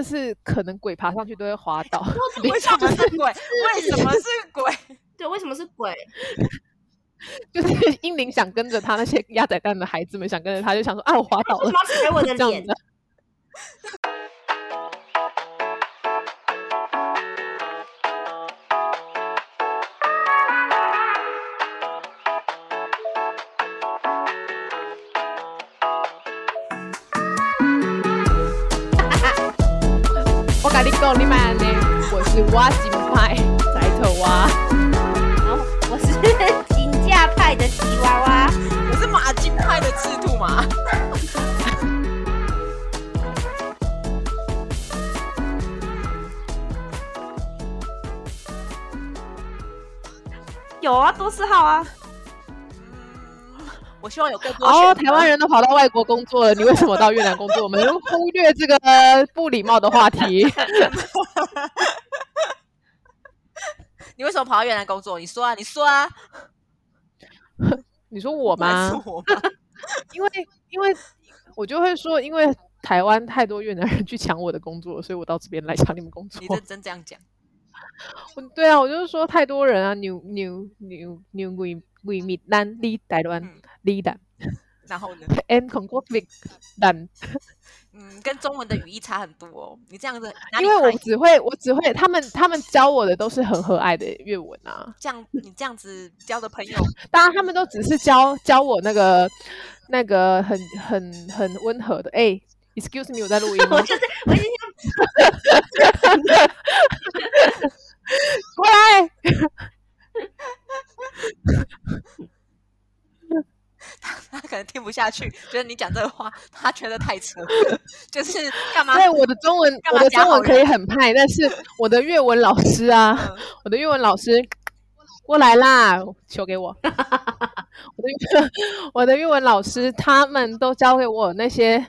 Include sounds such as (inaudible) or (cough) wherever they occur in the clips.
就是可能鬼爬上去都会滑倒。 (laughs) 为什么是鬼？为什么是鬼？对，为什么是鬼？就是英灵想跟着他那些鸭仔蛋的孩子们想跟着他，就想说啊， (laughs) 我滑倒为了什么，要踩我的这样脸？子。 (laughs) 我跟你讲，你买呢？我是挖金派，宅头蛙。然后我是 (laughs) 评价派的吉娃娃，我是马金派的赤兔马。有啊，多四号啊， (laughs) 我希望有更多哦，选台择湾人都跑到外国工作了，你为什么到越南工作？我们忽略这个不礼貌的话 (laughs) 题。你为什么跑到越南工作？你说啊，你说啊，你说我不吗然？是我 (laughs) 吗？因为因为我就会说，因为台湾太多越南人去抢我的工作，所以我到这边来抢你们工作你。认真这样讲， (laughs) 我对啊，我就是说太多人啊，牛牛牛牛鬼鬼米丹利台湾嗯利丹然后呢？ ，and conflict 丹，嗯，跟中文的语义差很多哦。你这样子，哪里因为我看只会我只会他们他们教我的都是很和蔼的越文啊。这样，你这样子交的朋友， (laughs) 当然他们都只是教教我那个那个很很很温和的，哎、e x c u s e me，我在 (laughs) 录音吗我？就是我已经 (laughs) 过来，他可能听不下去，觉得你讲这个话，他觉得太扯， (laughs) 就是干嘛？对，我的中文干我嘛的加中文好可以很派，但是我的粤文老师啊，嗯我的粤文老师过来啦，球给 (laughs) 我。我的粤我的粤文老师他们都教给我那些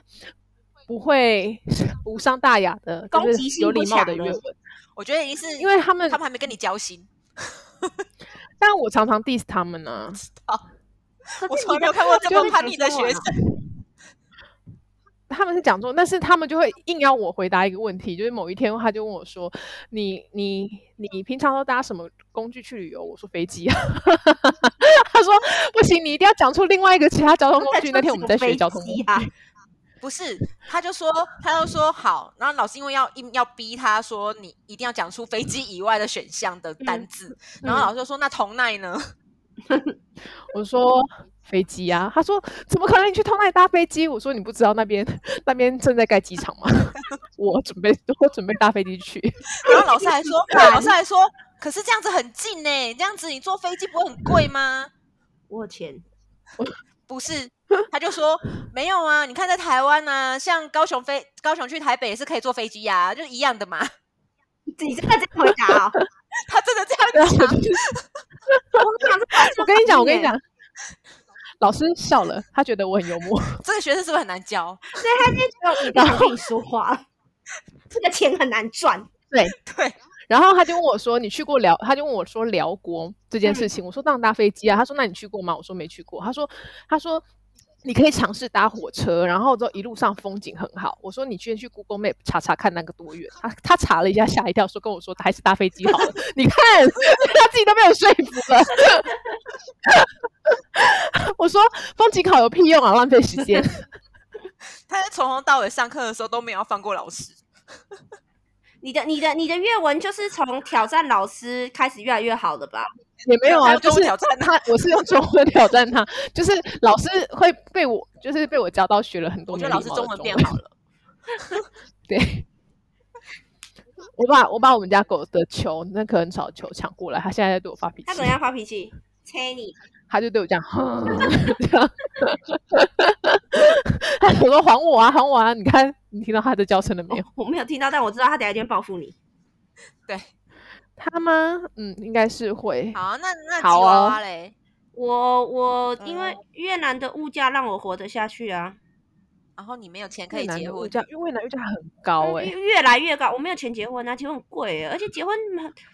不会 (laughs) 无伤大雅的，就攻是击性有不礼貌的强粤的文，我觉得一定是因为他们他们还没跟你交心，但我常常 diss 他们呢、啊。我从来没有看过这么叛逆的学生。他们是讲座，但是他们就会硬要我回答一个问题，就是某一天他就问我说：“你你你平常都搭什么工具去旅游？”我说：“飞机啊。” (laughs) 他说：“不行，你一定要讲出另外一个其他交通工具。”那天我们在学交通工具，啊，不是，他就说，他就说好，然后老师因为要硬要逼他说，你一定要讲出飞机以外的选项的嗯单字，然后老师就说，那同奈呢？ (laughs) 我说：“飞机啊。”他说：“怎么可能？你去通奈搭飞机？”我说：“你不知道那边那边正在盖机场吗？” (laughs) 我准备我准备搭飞机去，然后老师还 (laughs) 说，老师还说，可是这样子很近呢、这样子你坐飞机不会很贵吗？我有钱，不是，他就说没有啊，你看在台湾啊，像高雄飞高雄去台北也是可以坐飞机呀、就一样的嘛。 (laughs) 你真的这样回答哦？他真的这然后样讲我， (laughs) 就我跟你讲，我跟你讲，老师笑了，他觉得我很幽默。这个学生是不是很难教？所以他就觉得我不想跟你说话了，这个钱很难赚。对，然后他就问我说：“你去过辽？”他就问我说：“辽国这件事情。我说：“当然搭飞机啊。”他说：“那你去过吗？”我说：“没去过。”他说：“他说你可以尝试搭火车，然后之后一路上风景很好。”我说：“你先去 Google Map 查查看那个多远。他”他查了一下，吓一跳，说：“跟我说还是搭飞机好了。” (laughs) 你看，他自己都被我说服了。 (laughs) 我说：“风景好有屁用啊，浪费时间。”他从头到尾上课的时候都没有要放过老师。你的、你的、你的阅文就是从挑战老师开始越来越好的吧？也没有他啊，用就中是文挑战他，我是用中文 (laughs) 挑战他，就是老师会被我，就是被我教到学了很多我没觉礼貌的得老师中中文变好了。对，我把我把我们家狗的球，那颗很少的球抢过来，它现在在对我发脾气他，怎样发脾气？催你，它就对我这样， (laughs) 这样， (laughs) 它我说还我啊，还我啊！你看，你听到它的叫声了没哦有？哦我没有听到，但我知道他等一下一定会报复你。对，它吗？嗯，应该是会。好，那那吉好娃哦娃嘞？我我嗯因为哦越南的物价让我活得下去啊，然后你没有钱可越以南结的物婚，嗯价，因为越南物价很高哎、嗯越越来越高，我没有钱结婚啊，结婚很贵耶，而且结婚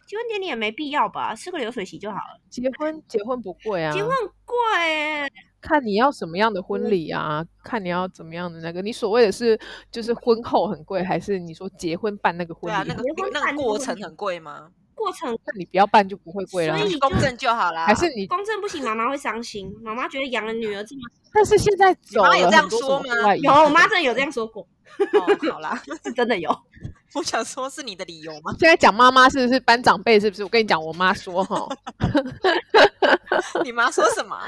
结婚典礼也没必要吧，吃个流水席就好了，结婚结婚不贵啊，结婚很贵耶，欸看你要什么样的嗯婚礼啊，看你要怎么样的那个。你所谓的是就是婚后很贵，还是你说结婚办那个婚对礼？啊，那个结婚那办个这个过问程题很贵吗？过程那你不要办就不会贵啦啊所。以就公证就好啦。还是你？公正不行，妈妈会伤心。妈妈觉得养了女儿这么……但是现在走妈有了这样很多说什么吗户外有，仪式我妈真的有这样说过，哦，好啦， (laughs) 是真的有。我想说是你的理由吗？现在讲妈妈是不是班长辈是不是？我跟你讲，我妈说哈，你妈说什么？啊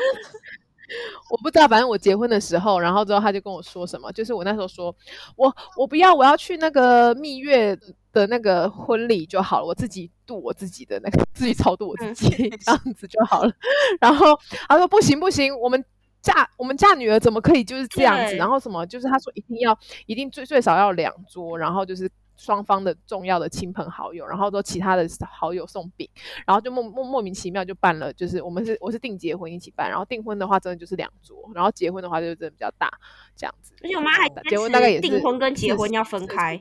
我不知道，反正我结婚的时候，然后之后她就跟我说什么，就是我那时候说，我我不要，我要去那个蜜月的那个婚礼就好了，我自己度我自己的那个，自己超度我自己、这样子就好了。然后她说不行不行，我们。嫁我们嫁女儿怎么可以就是这样子？对然后什么就是她说一定要一定最最少要两桌，然后就是双方的重要的亲朋好友，然后都其他的好友送饼，然后就莫莫莫名其妙就办了，就是我们是我是订结婚一起办，然后订婚的话真的就是两桌，然后结婚的话就真的比较大这样子。而且我妈还啊结婚大概也是订婚跟结婚要分开，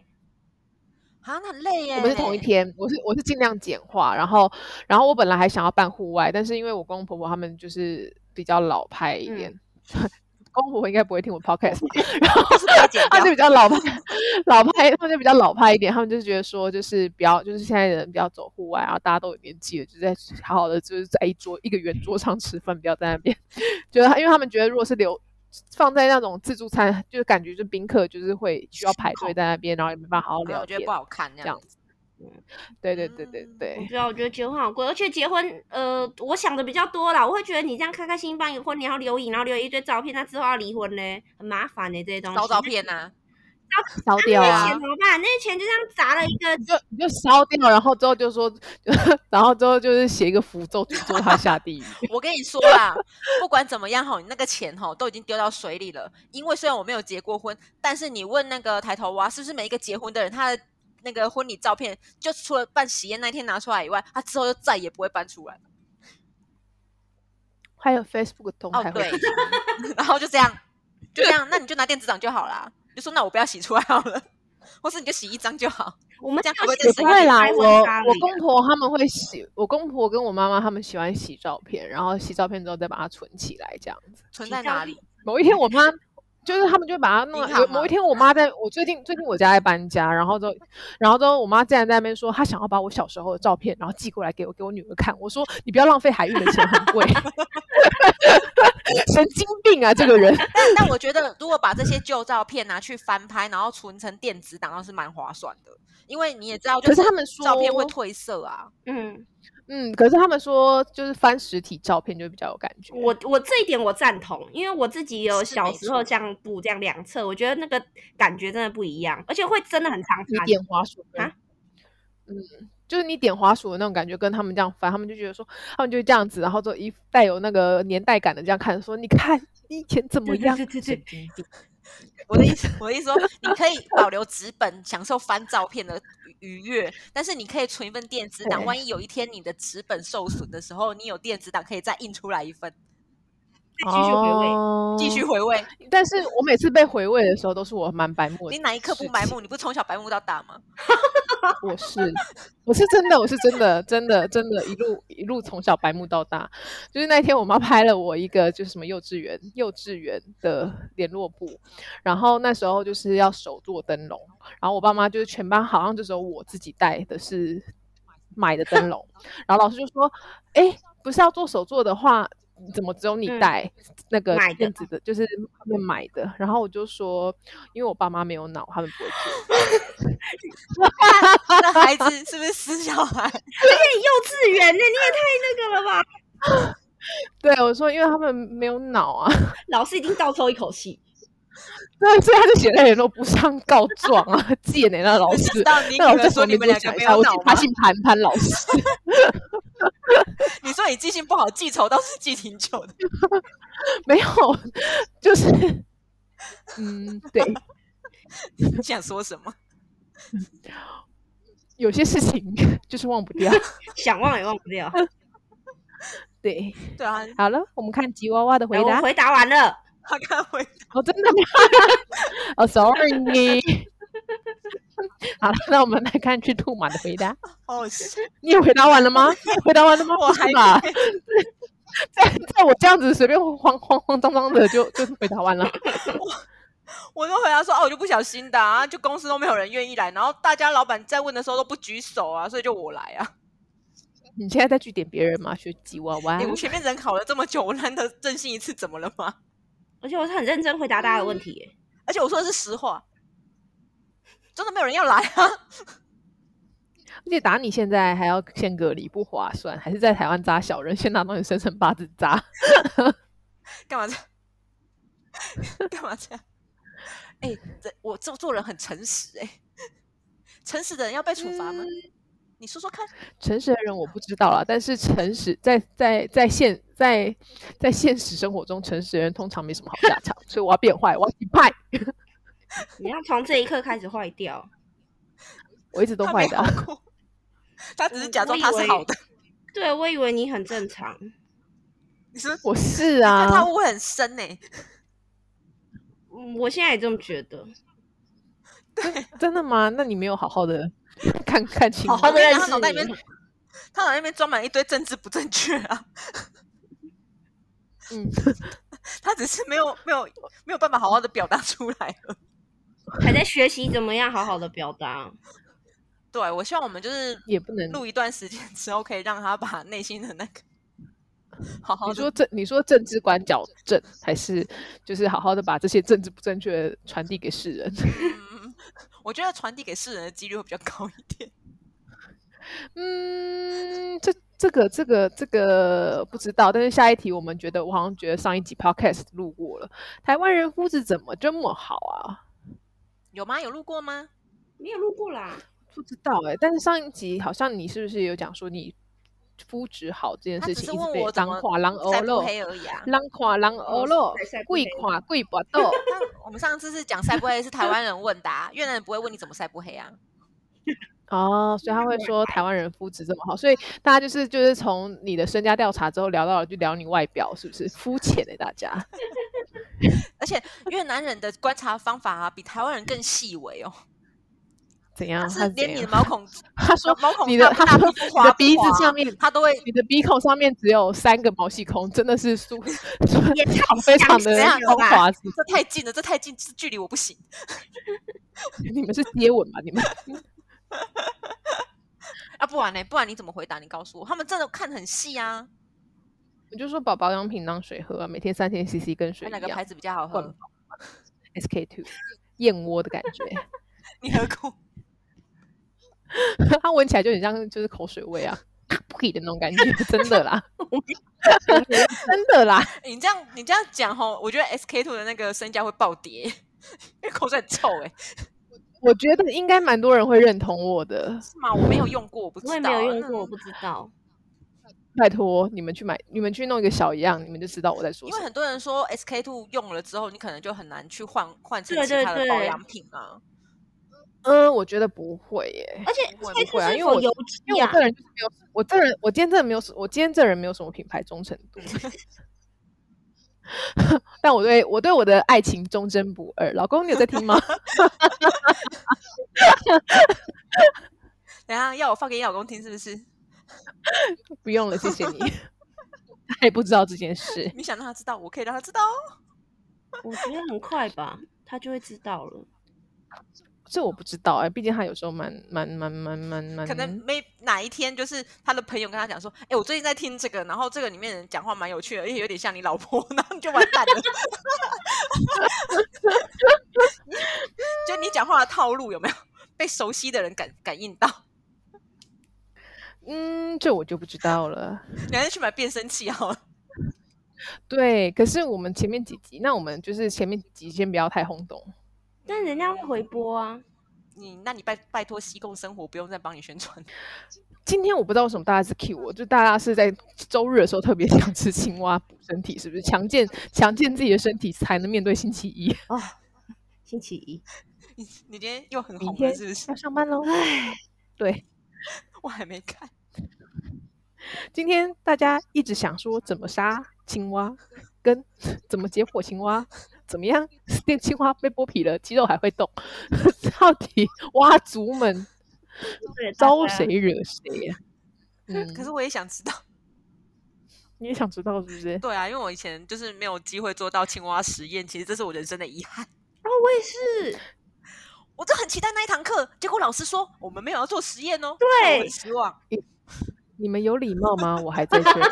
啊，那很累耶。我们是同一。天，我是我是尽量简化，然后然后我本来还想要办户外，但是因为我公公婆婆他们就是比较老派嗯一点， (laughs) 公公婆婆应该不会 (laughs) 听我 podcast，然后就是可 (laughs) 以剪他们掉就比较老派，老派，他们就比较老派一点，他们就觉得说，就是比较，就是现在的人比较走户外，然后大家都有年纪了，就在好好的，就是在一桌一个圆桌上吃饭，不要在那边， (laughs) 觉得，因为他们觉得如果是留放在那种自助餐，就是感觉就宾客就是会需要排队在那边，然后也没办法好好嗯然后聊我觉天得不，好看那这样样。子。对对对对我不对，知道，我觉得结婚好贵，而且结婚，呃，我想的比较多啦。我会觉得你这样开开心心办一个婚礼，然后留影，然后留一堆照片，那之后要离婚嘞，很麻烦欸嘞、这些东西。烧照片呐，烧掉那啊些！钱怎么办？那些钱就这样砸了一个，你就你就烧掉，然后之后就说， (laughs) 然后之后就是写一个符咒诅咒他下地狱。我跟你说啦，不管怎么样吼，你那个钱吼都已经丢到水里了。因为虽然我没有结过婚，但是你问那个抬头蛙，是不是每一个结婚的人他的那个婚礼照片，就除了办喜宴那一天拿出来以外，他之后就再也不会搬出来了。还有 Facebook 的动哦态，会对， (laughs) 然后就这样，(laughs) 就这样，那你就拿电子档就好啦。你就说那我不要洗出来好了，或是你就洗一张就好。我们这样就会不会是也再不会啦开，婚我纱我礼啊公婆他们会洗，我公婆跟我妈妈他们喜欢洗照片，然后洗照片之后再把它存起来，这样子。存洗在照哪片里？某一天我妈就是他们就会把它弄银来。行有某吗一天我妈在我最近最近我家在搬家，然后之后然后之后我妈竟然在那边说她想要把我小时候的照片然后寄过来给我给我女儿看，我说你不要浪费海运的钱，很贵， (laughs) 神经病啊这个人。但但我觉得，如果把这些旧照片拿去翻拍，然后存成电子档，倒是蛮划算的。因为你也知道，就可是他们说照片会褪色啊。嗯，嗯，可是他们说就是翻实体照片就比较有感觉。我我这一点我赞同，因为我自己有是小没时候错这样补这样两侧，我觉得那个感觉真的不一样，而且会真的很常你看。点滑鼠啊啊，嗯，就是你点滑鼠的那种感觉，跟他们这样翻，他们就觉得说，他们就这样子，然后就一带有那个年代感的这样看，说你看你以前怎么对对样，对对对神经病我的意思，我的意思说，你可以保留纸本，享受翻照片的愉愉悦，但是你可以存一份电子档，对万一有一天你的纸本受损的时候，你有电子档可以再印出来一份，继续回味哦继续回味。 (laughs) 但是我每次被回味的时候，都是我蛮白目的。你哪一刻不 (laughs) 白？目？你不从小白目到大吗？ (laughs) 我是，我是真的，我是真的，真的，真的，一路一路从小白目到大。就是那一天，我妈拍了我一个，就是什么幼稚园幼稚园的联络簿，然后那时候就是要手做灯笼，然后我爸妈就是全班好像就只有我自己带的是买的灯 (laughs) 笼，然后老师就说：“哎，不是要做手做的话。”怎么只有你嗯带、那个买的电子的，就是他们买的？然后我就说，因为我爸妈没有脑，他们不会做。那孩子是不是死小孩？幼稚园呢、你也太那个了吧！对，我说因为他们没有脑啊，老师已经倒抽一口气， (laughs) 对，所以他就写在联络簿上告状啊，贱呢、那 (laughs) (laughs) 老你知师。道你那老女师儿什么说你名们字？我两个讲一没下，有我记脑他吗？姓潘，潘老师。 (laughs) 你说你记性不好，记仇倒是记挺久的。 (laughs) 没有，就是，嗯，对，你想说什么？有些事情就是忘不掉。想忘也忘不掉。对，对啊，好了，我们看吉娃娃的回然后答我。回答完了，他看回哦，真的吗？哦，sorry。好了，那我们来看赤兔马的回答。哦，是你也回答完了吗？回答完了吗？ (laughs) 我不是还吧？没 (laughs) 在在我这样子随便慌慌慌张张的就就回答完了。我都回答说哦，我就不小心的啊，就公司都没有人愿意来，然后大家老板在问的时候都不举手啊，所以就我来啊。你现在再去点别人吗？学吉娃娃哎、？我前面人考了这么久，我难得任性一次，怎么了吗？而且我是很认真回答大家的问题耶。而且我说的是实话，真的没有人要来啊。而且打你现在还要先隔离，不划算，还是在台湾扎小人，先拿到你生辰八字扎。干嘛这样？ (laughs) 干嘛这样？哎、这我做做人很诚实哎、诚实的人要被处罚吗？嗯你说说看，诚实的人我不知道啦，但是诚实在在在现在在现实生活中，诚实的人通常没什么好下场，所以我要变坏，我要洗派，你要从这一刻开始坏掉。我一直都他坏没的好啊、过，他只是嗯假我装以他是为好的。对，我以为你很正常。你是我是但啊他，误会很深呢、嗯我现在也这么觉得。真的吗？那你没有好好的看看清楚，好好我的跟你认讲他识脑袋里面你，他脑袋里面装满一堆政治不正确啊，嗯，他只是没有没有没有办法好好的表达出来而已还在学习怎么样好好的表达。对，我希望我们就是也不能录一段时间之后，可以让他把内心的那个好好你的说政，你说政治观矫正，还是就是好好的把这些政治不正确传递给世人？嗯，我觉得传递给世人的几率会比较高一点。嗯，这这个这个这个不知道，但是下一题我们觉得，我好像觉得上一集 podcast 录过了，台湾人肤质怎么这么好啊？有吗？有录过吗？ (laughs) 没有录过啦，不知道哎、但是上一集好像你是不是有讲说你肤质好这件他事只情，是一直问被我怎当么垮狼欧晒不肉，黑而已啊。狼垮狼欧肉晒晒，不贵黑垮贵不 (laughs) 豆。那我们上次是讲晒不黑是台湾人问答、越南人不会问你怎么晒不黑啊。哦，所以他会说台湾人肤质这么好，所以大家就是就是从你的身家调查之后聊到了，就聊你外表是不是肤浅的、大家而且越南人的观察方法啊，比台湾人更细微哦，怎他样？是啊他怎连你的样 (laughs) 毛孔他说毛孔你的大他不说大你不滑的不鼻子滑上面，他都会你的鼻孔上面只有三个毛细孔，真的是舒 (laughs) 也太非常详的细了光吧滑。是不这太近了，这太近，这距离我不行。是你们是接吻吧？你 (laughs) 们啊，不然呢？不然你怎么回答？你告诉我，他们真的看很细啊。我就说把保养品当水喝啊，每天三千 CC 跟水那一哪个牌样子比较好罐喝？ ，SK two 燕窝的感 (laughs) 觉，你喝过？它闻起来就很像就是口水味啊，卡布里的那种感觉，真的 (laughs) 啦， (laughs) 真的啦。你这样你这样讲吼，我觉得 SK two 的那个身价会暴跌， (laughs) 因为口水很臭哎、我觉得应该蛮多人会认同我的。是吗？我没有用过，我不知道啊。我也没有用那过，我不知道。拜托你们去买，你们去弄一个小样，你们就知道我在说因什为么。很多人说 SK two 用了之后，你可能就很难去换换成对其对他的保对养品啊。嗯，我觉得不会耶，而且不会这不会次啊是因为否我油因漆为我啊这？人就是没有，我这人我今天真的没有，我今天这人没有什么品牌忠诚度。 (laughs) 但我对我对我的爱情忠贞不二。老公，你有在听吗？ (laughs) 等一下要我放给你老公听是不是？不用了，谢谢你。 (laughs) 他也不知道这件事。你想让他知道，我可以让他知道哦。我觉得很快吧，他就会知道了。这我不知道哎、毕竟他有时候蛮蛮蛮蛮蛮蛮，可嗯能没哪一天，就是他的朋友跟他讲说：“哎、我最近在听这个，然后这个里面人讲话蛮有趣的，而且有点像你老婆。” (laughs) 然后你就完蛋了。就你讲话的套路有没有被熟悉的人感感应到？嗯，这我就不知道了。你还是去买变声器好了。对，可是我们前面几集，那我们就是前面几集先不要太轰动。但人家会回播啊，你那你拜拜托西贡生活不用再帮你宣传，今天我不知道为什么大家是 cue 我，就大家是在周日的时候特别想吃青蛙补身体，是不是？强健强健自己的身体才能面对星期一。哦，星期一，你你今天又很明红了天是不是？要上班喽，对，我还没看，今天大家一直想说怎么杀青蛙，跟 (laughs) 怎么解火青蛙，怎么样 (laughs) 电青蛙被剥皮了，肌肉还会动， (laughs) 到底蛙族们对，招大家谁惹谁呀、嗯，可是我也想知道。你也想知道是不是？对啊，因为我以前就是没有机会做到青蛙实验，其实这是我人生的遗憾。哦，我也是，我就很期待那一堂课，结果老师说我们没有要做实验哦，对我很失望。你们有礼貌吗？我还在这里。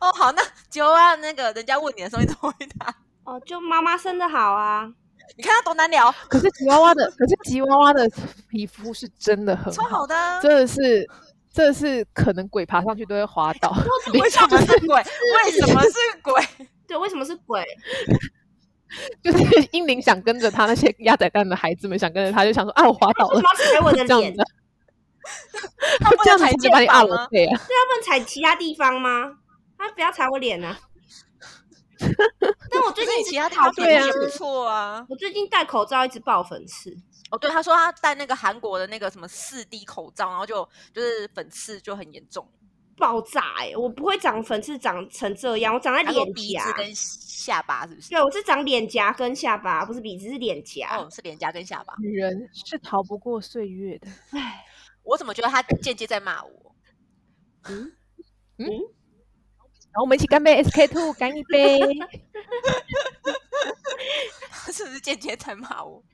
哦，好，那九啊，那个人家问你的时候，你怎么回答？哦，就妈妈生的好啊，你看他多难聊，可是吉娃娃 (laughs) 的，可是吉娃娃的皮肤是真的很超好的啊，真的是，真的是可能鬼爬上去都会滑倒。为什么是鬼？为什么是鬼？对，为什么是鬼？ (laughs) 就是英灵想跟着他那些鸭仔蛋的孩子们想跟着他，就想说啊，我滑倒为了哎什么，要踩我的这样脸？子，啊他不这样能子踩才能把肩你按膀了吗？背啊。对啊，不能踩其他地方吗？他不要踩我 (laughs) 脸啊！但我就最是近你其他地好方多表现人不错啊。我最近戴口罩一直爆粉刺，哦，对，他说他戴那个韩国的那个什么四 D 口罩，然后就就是粉刺就很严重，爆炸哎、我不会长粉刺长成这样，我长在他说脸啊鼻颊子。跟下巴是不是？对，啊我是长脸颊跟下巴，不是鼻子，是脸颊。哦，是脸颊跟下巴。女人是逃不过岁月的。我怎么觉得他间接在骂我？ (laughs) 然后我们一起干杯，SK two 干一杯。 (laughs) 他是不是间接在骂我？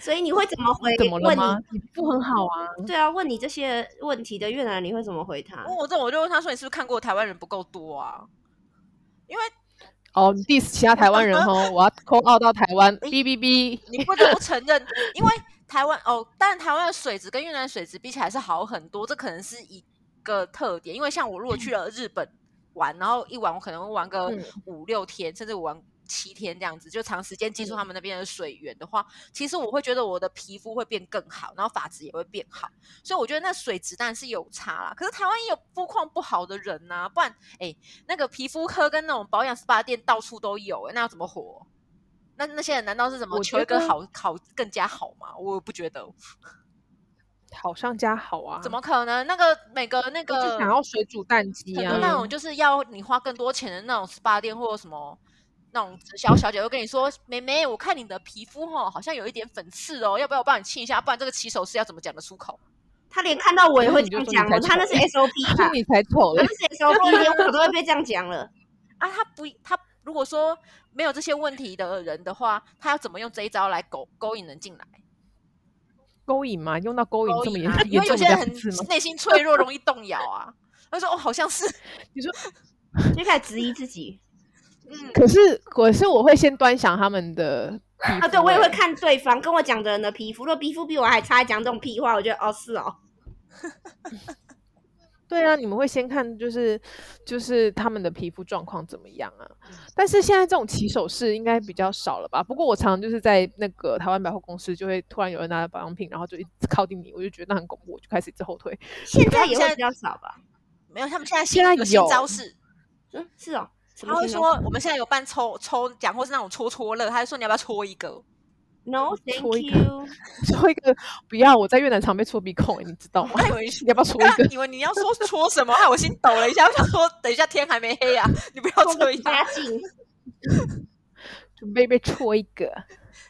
所以你会怎么回？怎么了问吗哎你你？皮肤很好啊，对啊，问你这些问题的越南人，你会怎么回他？哦问我这种我就问他说：“你是不是看过台湾人不够多啊？”因为哦，你 diss 其他台湾人 (laughs) 哦，我要 call out 到台湾，哎哔哔哔。你不得不承认，因为台湾哦，但台湾的水质跟越南水质比起来是好很多，这可能是一个特点。因为像我如果去了日本玩，然后一玩我可能会玩个嗯五六天，甚至我玩七天这样子，就长时间接触他们那边的水源的话，其实我会觉得我的皮肤会变更好，然后发质也会变好，所以我觉得那水质当然是有差啦。可是台湾也有肤况不好的人呐、不然哎，那个皮肤科跟那种保养 SPA 店到处都有、哎那要怎么活？那那些人难道是怎么我求一觉个得好好更加好吗？我不觉得，好上加好啊，怎么可能？那个每个那我个就想要水煮蛋鸡很啊多？那种就是要你花更多钱的那种 SPA 店或者什么那种直销小姐会跟你说：“妹妹，我看你的皮肤哦，好像有一点粉刺哦，要不要我帮你清一下？不然这个起手式要怎么讲得出口他连看到我也会这样讲那哦，你就他那是说你 SOP 所吧以？你才丑啊他嘞那。是 (laughs) SOP，连我都会被这样讲了。啊？”他不，他如果说没有这些问题的人的话，他要怎么用这一招来勾勾引人进来？勾引嘛，用到勾引勾这么引严啊，因严为有重些的人两次吗很？内心脆弱，容易动摇啊。他说：“哦，好像是，就开始质疑自 (laughs) 己嗯，可是可是我会先端详他们的皮肤啊！对我也会欸看对方跟我讲的人的皮肤，如果皮肤比我还差，讲这种屁话，我觉得哦是哦，对啊，你们会先看就是就是他们的皮肤状况怎么样啊？嗯但是现在这种起手式应该比较少了吧？不过我常常就是在那个台湾百货公司，就会突然有人拿着保养品，然后就一直靠近你，我就觉得那很恐怖，我就开始一直后退。 (laughs) 现在也现会在比较少吧？没有，他们现在现在有新有招式。”嗯，是哦。什么他会新闻说我们现在有办抽抽奖或是那种戳戳乐，他就说你要不要戳一个？ No, thank 戳一个 you。 (laughs) 戳一个不要，我在越南常被戳鼻孔、欸，你知道吗？ (laughs) 我还以为是你要不要戳一个？以为 (laughs) 你要说戳什么，啊害我心抖了一下，我想说等一下天还没黑啊， (laughs) 你不要这 (laughs) 样。加进，准备被戳一个。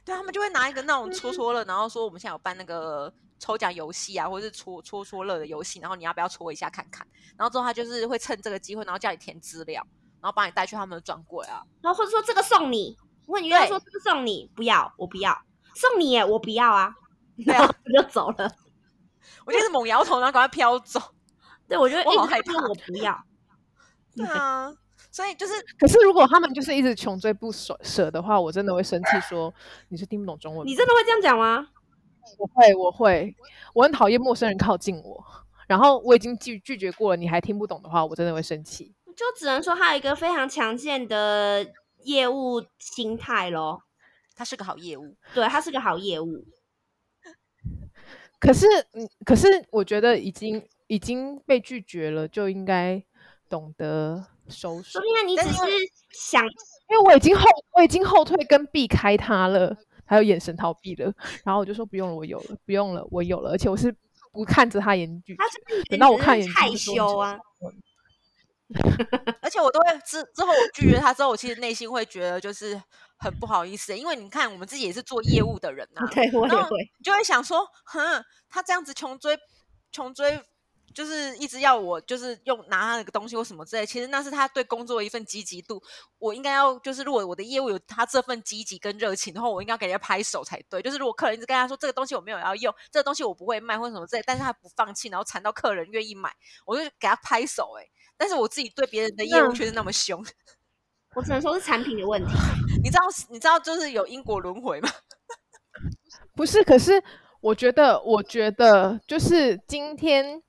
对啊他们就会拿一个那种戳戳乐，然后说我们现在有办那个抽奖游戏啊，或者是戳戳戳乐的游戏，然后你要不要戳一下看看？然后之后他就是会趁这个机会，然后叫你填资料，然后把你带去他们的专柜啊。然后或者说这个送你，问你要对说这个送你，不要，我不要，送你耶，我不要 (laughs) 啊，对啊然后我就走了。我就是猛摇头，然后赶快飘 (laughs) 走。对，我就一我好直害跟他说怕我不要。对啊，所以就是可是如果他们就是一直穷追不舍舍的话，我真的会生气，说你是听不懂中文吗。你真的会这样讲吗？我会，我会，我很讨厌陌生人靠近我。然后我已经拒拒绝过了，你还听不懂的话，我真的会生气。就只能说他有一个非常强健的业务心态咯。他是个好业务，对，他是个好业务。可是，嗯，可是我觉得已经已经被拒绝了，就应该懂得收手说不，定你只但是是想，因为我已经后我已经后退跟避开他了，还有眼神逃避了。然后我就说不用了，我有了，不用了，我有了，而且我是不看着他眼拒绝他是不是等到我看只眼是睛害就说羞啊。而且我都会之之后我拒绝他之后，我其实内心会觉得就是很不好意思，因为你看我们自己也是做业务的人啊， (laughs) 对，我也然后会。你就会想说，哼，他这样子穷追穷追就是一直要我就是用拿他那个东西或什么之类，其实那是他对工作的一份积极度。我应该要就是如果我的业务有他这份积极跟热情的话，我应该要给人家拍手才对。就是如果客人一直跟他说这个东西我没有要用，这个东西我不会卖或什么之类，但是他不放弃，然后缠到客人愿意买，我就给他拍手、欸。哎，但是我自己对别人的业务那却是那么凶，我只能说是产品的问 (laughs) 题。你知道你知道就是有因果轮回吗？不是，可是我觉得，我觉得就是今天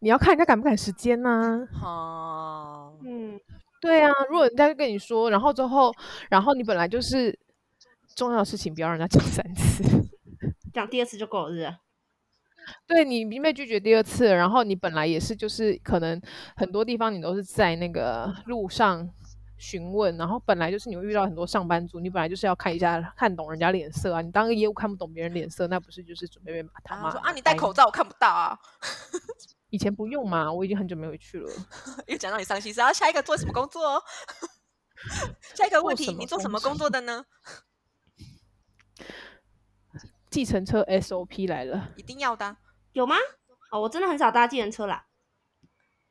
你要看人家赶不赶时间呐、哦、嗯，对啊，如果人家跟你说，然后之后，然后你本来就是重要的事情，不要让人家讲三次。 (laughs) 讲第二次就够了，是不是对你已经被拒绝第二次了，然后你本来也是就是可能很多地方你都是在那个路上询问，然后本来就是你会遇到很多上班族，你本来就是要看一下看懂人家脸色啊，你当个业务看不懂别人脸色，那不是就是准备被他哎然骂后说啊，你戴呆口罩我看不到啊，以前不用嘛，我已经很久没有去了。又讲到你伤心事。然后下一个做什么工作哦？ (laughs) 下一个做问题，什么你做什工么工作的呢？计程车 SOP 来了，一定要的啊、有吗？哦，我真的很少搭计程车啦。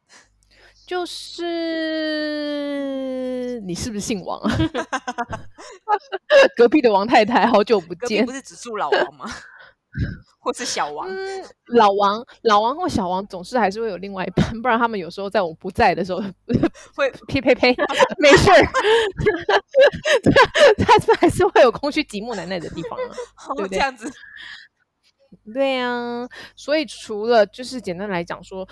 (laughs) 就是你是不是姓王啊？ (laughs) 隔壁的王太太，好久不隔壁见不。是只住老王吗？ (laughs) 或是小王？嗯，老王、老王或小王总是还是会有另外一半，不然他们有时候在我不在的时候 (laughs) 会呸呸呸，没事儿， (laughs) 啊他是还是会有空虚、寂寞、难耐的地方啊。对 (laughs) 哦不这对样子，对呀、所以除了就是简单来讲说，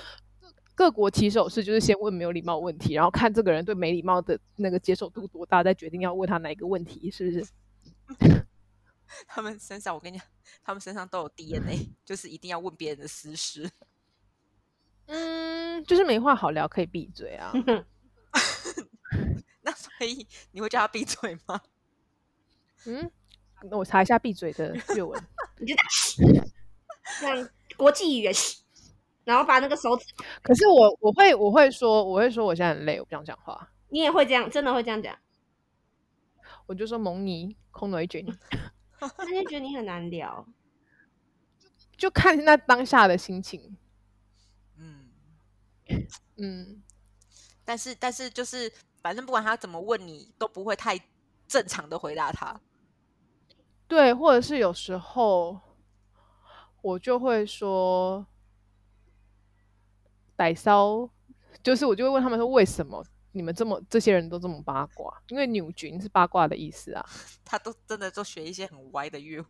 各国起手式就是先问没有礼貌问题，然后看这个人对没礼貌的那个接受度多大，再决定要问他哪一个问题，是不是？他们身上我跟你讲，他们身上都有 DNA，就是一定要问别人的私事。 (laughs) 嗯，就是没话好聊，可以闭嘴啊。嗯那所以你会叫他闭嘴吗？嗯，那我查一下闭嘴的粤文。像国际语言，然后把那个手指，可是我我会我会说我会说我现在很累，我不想讲话，你也会这样，真的会这样讲，我就说蒙尼空了一卷，他就觉得你很难聊。就看那当下的心情。嗯，嗯，但是但是就是，反正不管他怎么问你，都不会太正常的回答他。对，或者是有时候我就会说逮骚，就是我就会问他们说为什么你们这么这些人都这么八卦？因为女军是八卦的意思啊。他都真的都学一些很歪的越文，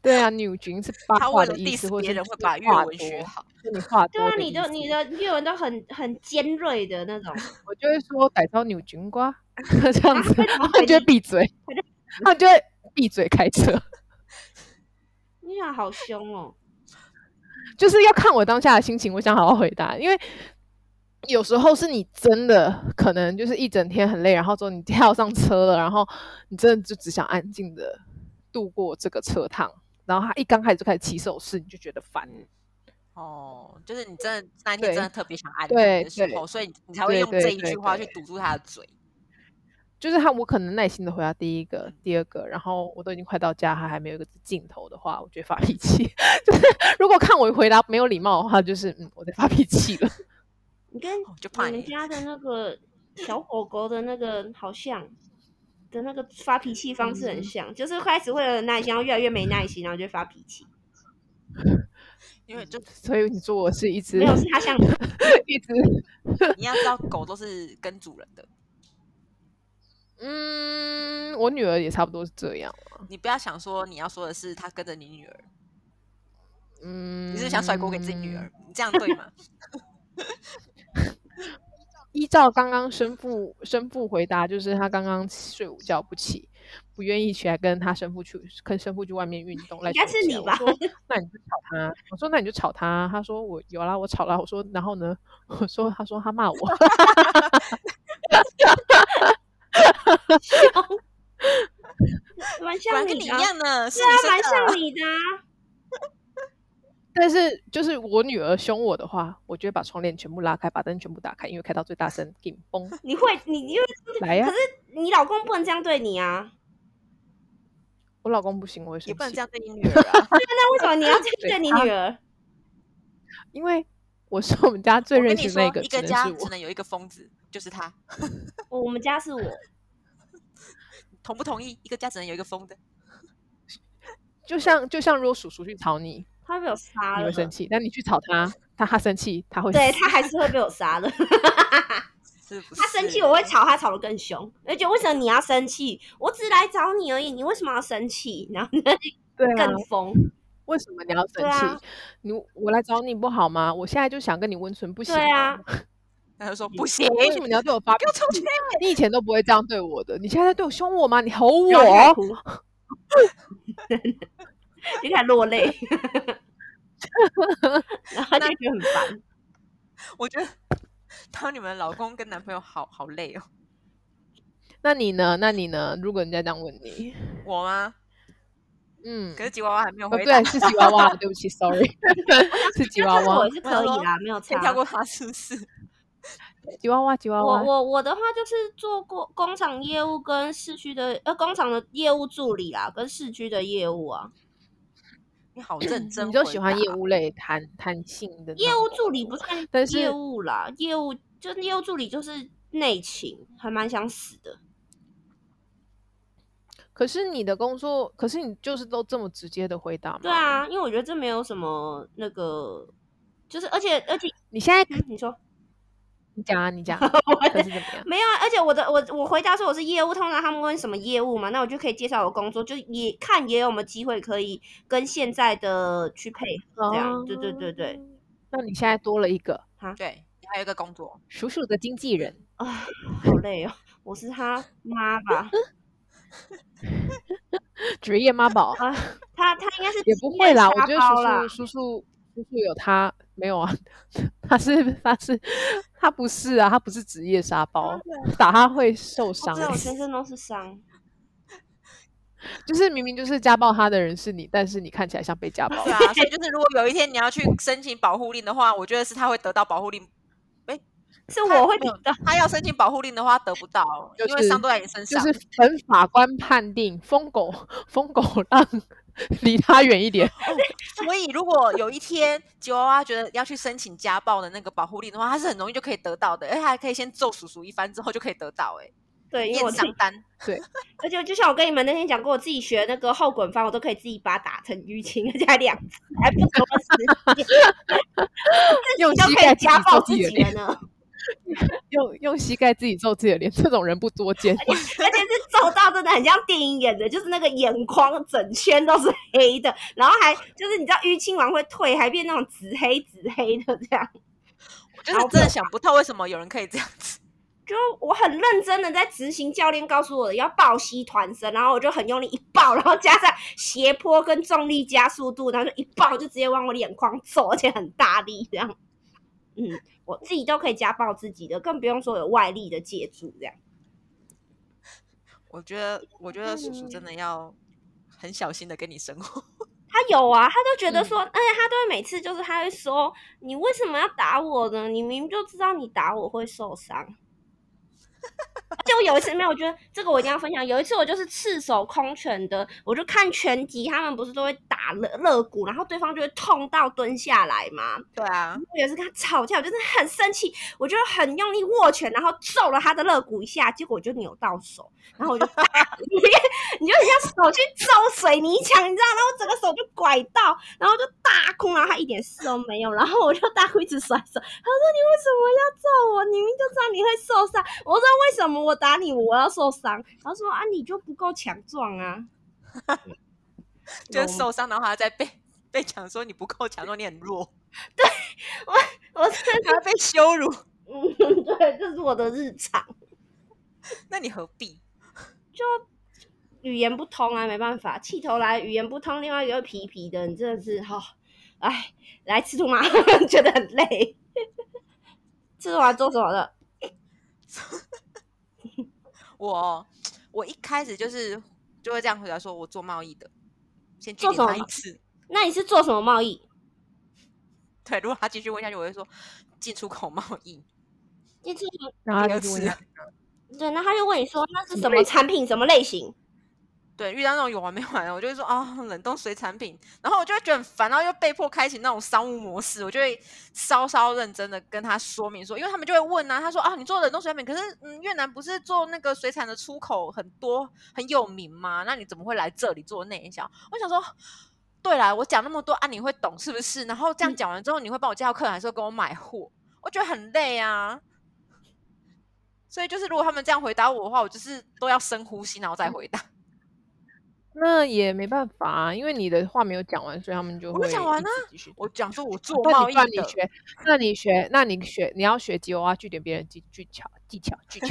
对啊，女军是八他卦为的了意思， diss 或者别是人会你把越话文多学好。就你话 (laughs) (laughs) 对多啊，的你意的思你的粤文都很很尖锐的那种，我就会说逮到牛筋瓜 (laughs) 这啊样子，怎么他回们就会你闭嘴，他们就会闭嘴开车，你俩好凶哦。就是要看我当下的心情，我想好好回答，因为。有时候是你真的可能就是一整天很累，然后之后你跳上车了，然后你真的就只想安静的度过这个车趟，然后他一刚开始就开始起手势，你就觉得烦，哦，就是你真的那一天对真的特别想安对慰的时对候，所以你你才会对用对这一对句话去对堵住他的嘴。就是他我可能耐心的回答第一个、第二个，然后我都已经快到家，他还没有一个镜头的话，我就会发脾气。 (laughs) 就是如果看我回答没有礼貌的话，就是嗯，我在发脾气了。 (laughs) 你跟哦就怕你们你家的那个小狗狗的那个好像的那个发脾气方式很像，就是开始会有耐心，然后越来越没耐心，然后就会发脾气。因为就 (laughs) 所以你说我是一只没有，是它像你， (laughs) 一只你要知道，狗都是跟主人的，嗯，我女儿也差不多是这样。你不要想说你要说的是它跟着你女儿，嗯，你是不是想甩锅给自己女儿？？你这样对 (laughs) 吗？依照刚刚生父生父回答，就是他刚刚睡午觉不起，不愿意起来跟他生父去跟生父去外面运动。来应该睡是觉你吧我说那你就吵他。我说那你就吵他。他说我有啦，我吵啦。我说然后呢？我说他说他骂我。 (laughs) 蛮不然像跟你你一的啊，样呢，是对啊，你蛮生的啊。像你的啊。但是就是我女儿凶我的话，我就会把窗帘全部拉开，把灯全部打开，因为开到最大声，紧 (laughs) 绷你会，你因为来呀、可你老公不能这样对你啊，我老公不行，我会也生 (laughs) 不能这气，样对你女儿啊。那为什么你要这样对对你他女儿？因为我是我们家最我认跟你识说那，个，一只个能家是只我。能有一个疯子，就是他。我我们家是我，同不同意？一个家只能有一个疯子。就像就像如果叔叔去吵你，他被我杀你了会，生气；但你去吵他，他他生气，他会死。对他还是会被我杀了。是不他生是气，我会吵他，吵得更凶。而且为什么你要生气？我只来找你而已，你为什么要生气？然后对啊，更疯。为什么你要对生气啊？你我来找你不好吗？我现在就想跟你温存，不行对啊吗？，他就说不行，为什么你要对我发脾给我出去气？你以前都不会这样对我的，你现在对我凶我吗？你吼我然后就开始哭， (laughs) 就开始落泪，然后就觉得很烦。我觉得当你们老公跟男朋友好好累哦。那你呢？那你呢？如果人家这样问你，我吗？嗯，可是吉娃娃还没有哦回答，对，是吉娃娃，对不起，sorry，是吉娃但是我娃也，是可以啦，没有可以差。跳过他是不是？ (laughs) 吉娃娃，吉娃我娃。我我的话就是做过工厂业务跟市区的呃工厂的业务助理啦，跟市区的业务啊。你好认真，哦你就喜欢业？务类弹弹性的那业务种助理不算嗯但业是务啦，业务就业务助理就是内勤，还蛮想死的。可是你的工作，可是你就是都这么直接的回答吗？对，啊，因为我觉得这没有什么那个，就是而且 (laughs) 而且，你现在嗯，你说你讲啊，你讲， (laughs) 我可是怎么样？没有啊？而且我的我我回答说我是业务，通常他们问什么业务嘛，那我就可以介绍我工作，就也看也有没有机会可以跟现在的去配合这样。对对对对，哦。那你现在多了一个对，你还有一个工作，叔叔的经纪人，啊，好累哦，我是他妈吧？职业妈 (laughs) 宝啊，他他应该是也不会啦。职我业觉得沙包叔啦叔叔叔叔叔有他没有啊？ (laughs) 他是他是他不是啊，他不是职业沙包，打他会受伤不知道我欸。全身都是伤。 (laughs) 就是明明就是家暴他的人是你，但是你看起来像被 (laughs) 家暴 (laughs) 对。啊，所以就是如果有一天你要去申请保护令的话，我觉得是他会得到保护令。是我会没比有较他要申请保护令的话得不到，就因为是伤都在你身就上。是本法官判定疯狗疯狗让 (laughs) 离他远一点。所以如果有一天吉娃娃觉得要去申请家暴的那个保护令的话，他是很容易就可以得到的，而且还可以先揍叔叔一番之后就可以得到、欸，对，因为我验自己伤单。而且就像我跟你们那天讲过，我自己学那个后滚翻，我都可以自己把它打成淤青，而且还两次，还不怎么死， (laughs) 用你都膝可盖以家暴自自己揍己自己的了脸，呢。 (laughs) 用用膝盖自己揍自己的脸，这种人不多见。而且是揍到真的很像电影演的，就是那个眼眶整圈都是黑的，然后还就是你知道淤青完会退，还变那种紫黑紫黑的这样。我就是真的想不透为什么有人可以这样 (laughs) 子。就我很认真的在执行教练告诉我的要抱膝团伸，然后我就很用力一抱，然后加上斜坡跟重力加速度，然后就一抱就直接往我脸框揍，而且很大力这样。嗯，我自己都可以家暴自己的，更不用说有外力的借助这样。我觉得，我觉得叔叔真嗯的要很小心的跟你生活。他有啊，他都觉得说，而且他都会每次就是他会说，你为什么要打我呢？你明明就知道你打我会受伤。而且我有一次没有，我觉得这个我一定要分享。有一次我就是赤手空拳的，我就看拳击，他们不是都会打肋肋骨，然后对方就会痛到蹲下来嘛。对啊，我有一次跟他吵架，我就是很生气，我就很用力握拳，然后揍了他的肋骨一下，结果我就扭到手，然后我就打，你 (laughs) 你就很像手去揍水泥墙，你知道，然后我整个手就拐到，然后就大哭，然后他一点事都没有，然后我就大哭一直甩手，他说你为什么要揍我？你明明就知道你会受伤，我说为什么我打你我要受伤？他说啊你就不够强壮啊， (laughs) 就是有受伤的话，再被被讲说你不够强，说你很弱，我真的 (laughs) 还要被羞辱，嗯对，这是我的日常，那你何必？语言不通啊，没办法，气头来语言不通，另外一个又皮皮的，你真的是哈，哎、来吃兔麻， (laughs) 觉得很累。吃兔麻做什么的？我我一开始就是就会这样回答说，我做贸易的，先拒做绝什他么一次。那你是做什么贸易？对，如果他继续问下去，我会说进出口贸易。你做什么？然后第他二就次问他，对，那他就问你说那是什类么产品，什么类型？对，遇到那种有完没完的，我就会说啊、冷冻水产品，然后我就会觉得很烦，然后又被迫开启那种商务模式，我就会稍稍认真的跟他说明说，因为他们就会问啊，他说啊，你做冷冻水产品，可是嗯，越南不是做那个水产的出口很多很有名吗？那你怎么会来这里做内销？我想说。对啦，我讲那么多啊，你会懂是不是？然后这样讲完之后，你会帮我介绍客人，还是会跟我买货？我觉得很累啊。所以就是，如果他们这样回答我的话，我就是都要深呼吸，然后再回答。那也没办法、啊，因为你的话没有讲完，所以他们就我会没讲完一啊直继续我讲说我讲做那贸你易不然你的，学，那你学，那你学，你要学吉娃娃据点别人技技巧技巧技 (laughs) 巧，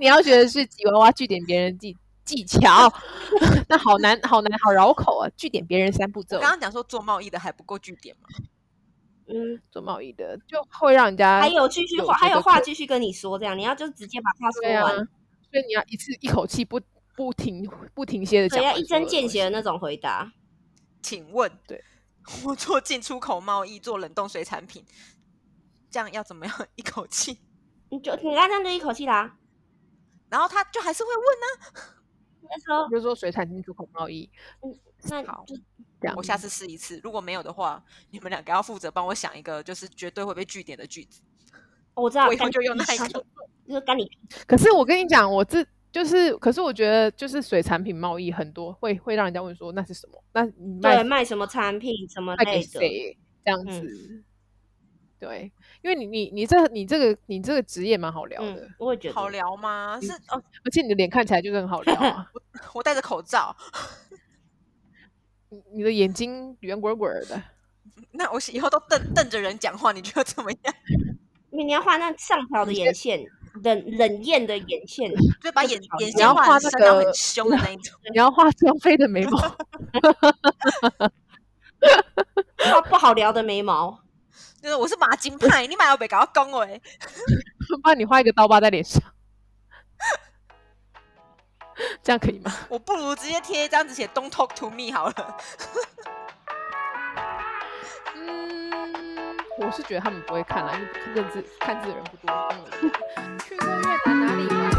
你要学的是吉娃娃据点别人技技巧， (laughs) 那好难好难好绕口啊！据点别人三步骤我刚刚讲说做贸易的还不够据点嘛？嗯，做贸易的，就会让人家还有继续有话，这还有个话可继续跟你说，这样你要就直接把话对说啊，完，所以你要一次一口气不不停不停歇的讲对，完要所有的东西，一针见血的那种回答。请问，对，我做进出口贸易，做冷冻水产品，这样要怎么样 (laughs) 一口气？你就你刚刚就一口气啦。然后他就还是会问啊呢、那时候比如说水产进出口贸易那好就这样。我下次试一次，如果没有的话，你们两个要负责帮我想一个，就是绝对会被据点的句子。哦我知道，我以后干就用你那一想个就是干你可是我跟你讲，我这就是，可是我觉得就是水产品贸易很多会会让人家问说那是什么？那你卖对啊卖什么产品什么卖类给的，谁？这样啊嗯子，对，因为你你你这你这个你这个职业蛮好聊的，嗯，我也觉好得。聊吗？是哦，而且你的脸看起来就是很好聊 (laughs) 啊，我戴着口罩，你你的眼睛圆滚滚的，那我以后都瞪瞪着人讲话，你觉得怎么样？ (laughs) 你要画那上挑的眼线，冷冷艳的眼 (laughs) 线，就把眼眼你要线画画很那深，然后个很凶的那一 (laughs) 种。你要画张飞的眉毛，画不好聊的眉毛。就是我是马金派，你买我北搞到公哎。帮你画一个刀疤在脸上， (laughs) 这样可以吗？我不如直接贴一张纸写 “Don't talk to me” 好了。 (laughs) 嗯， (laughs) 我是觉得他们不会看啦，因为认字看字的人不多。嗯去过越南哪里玩？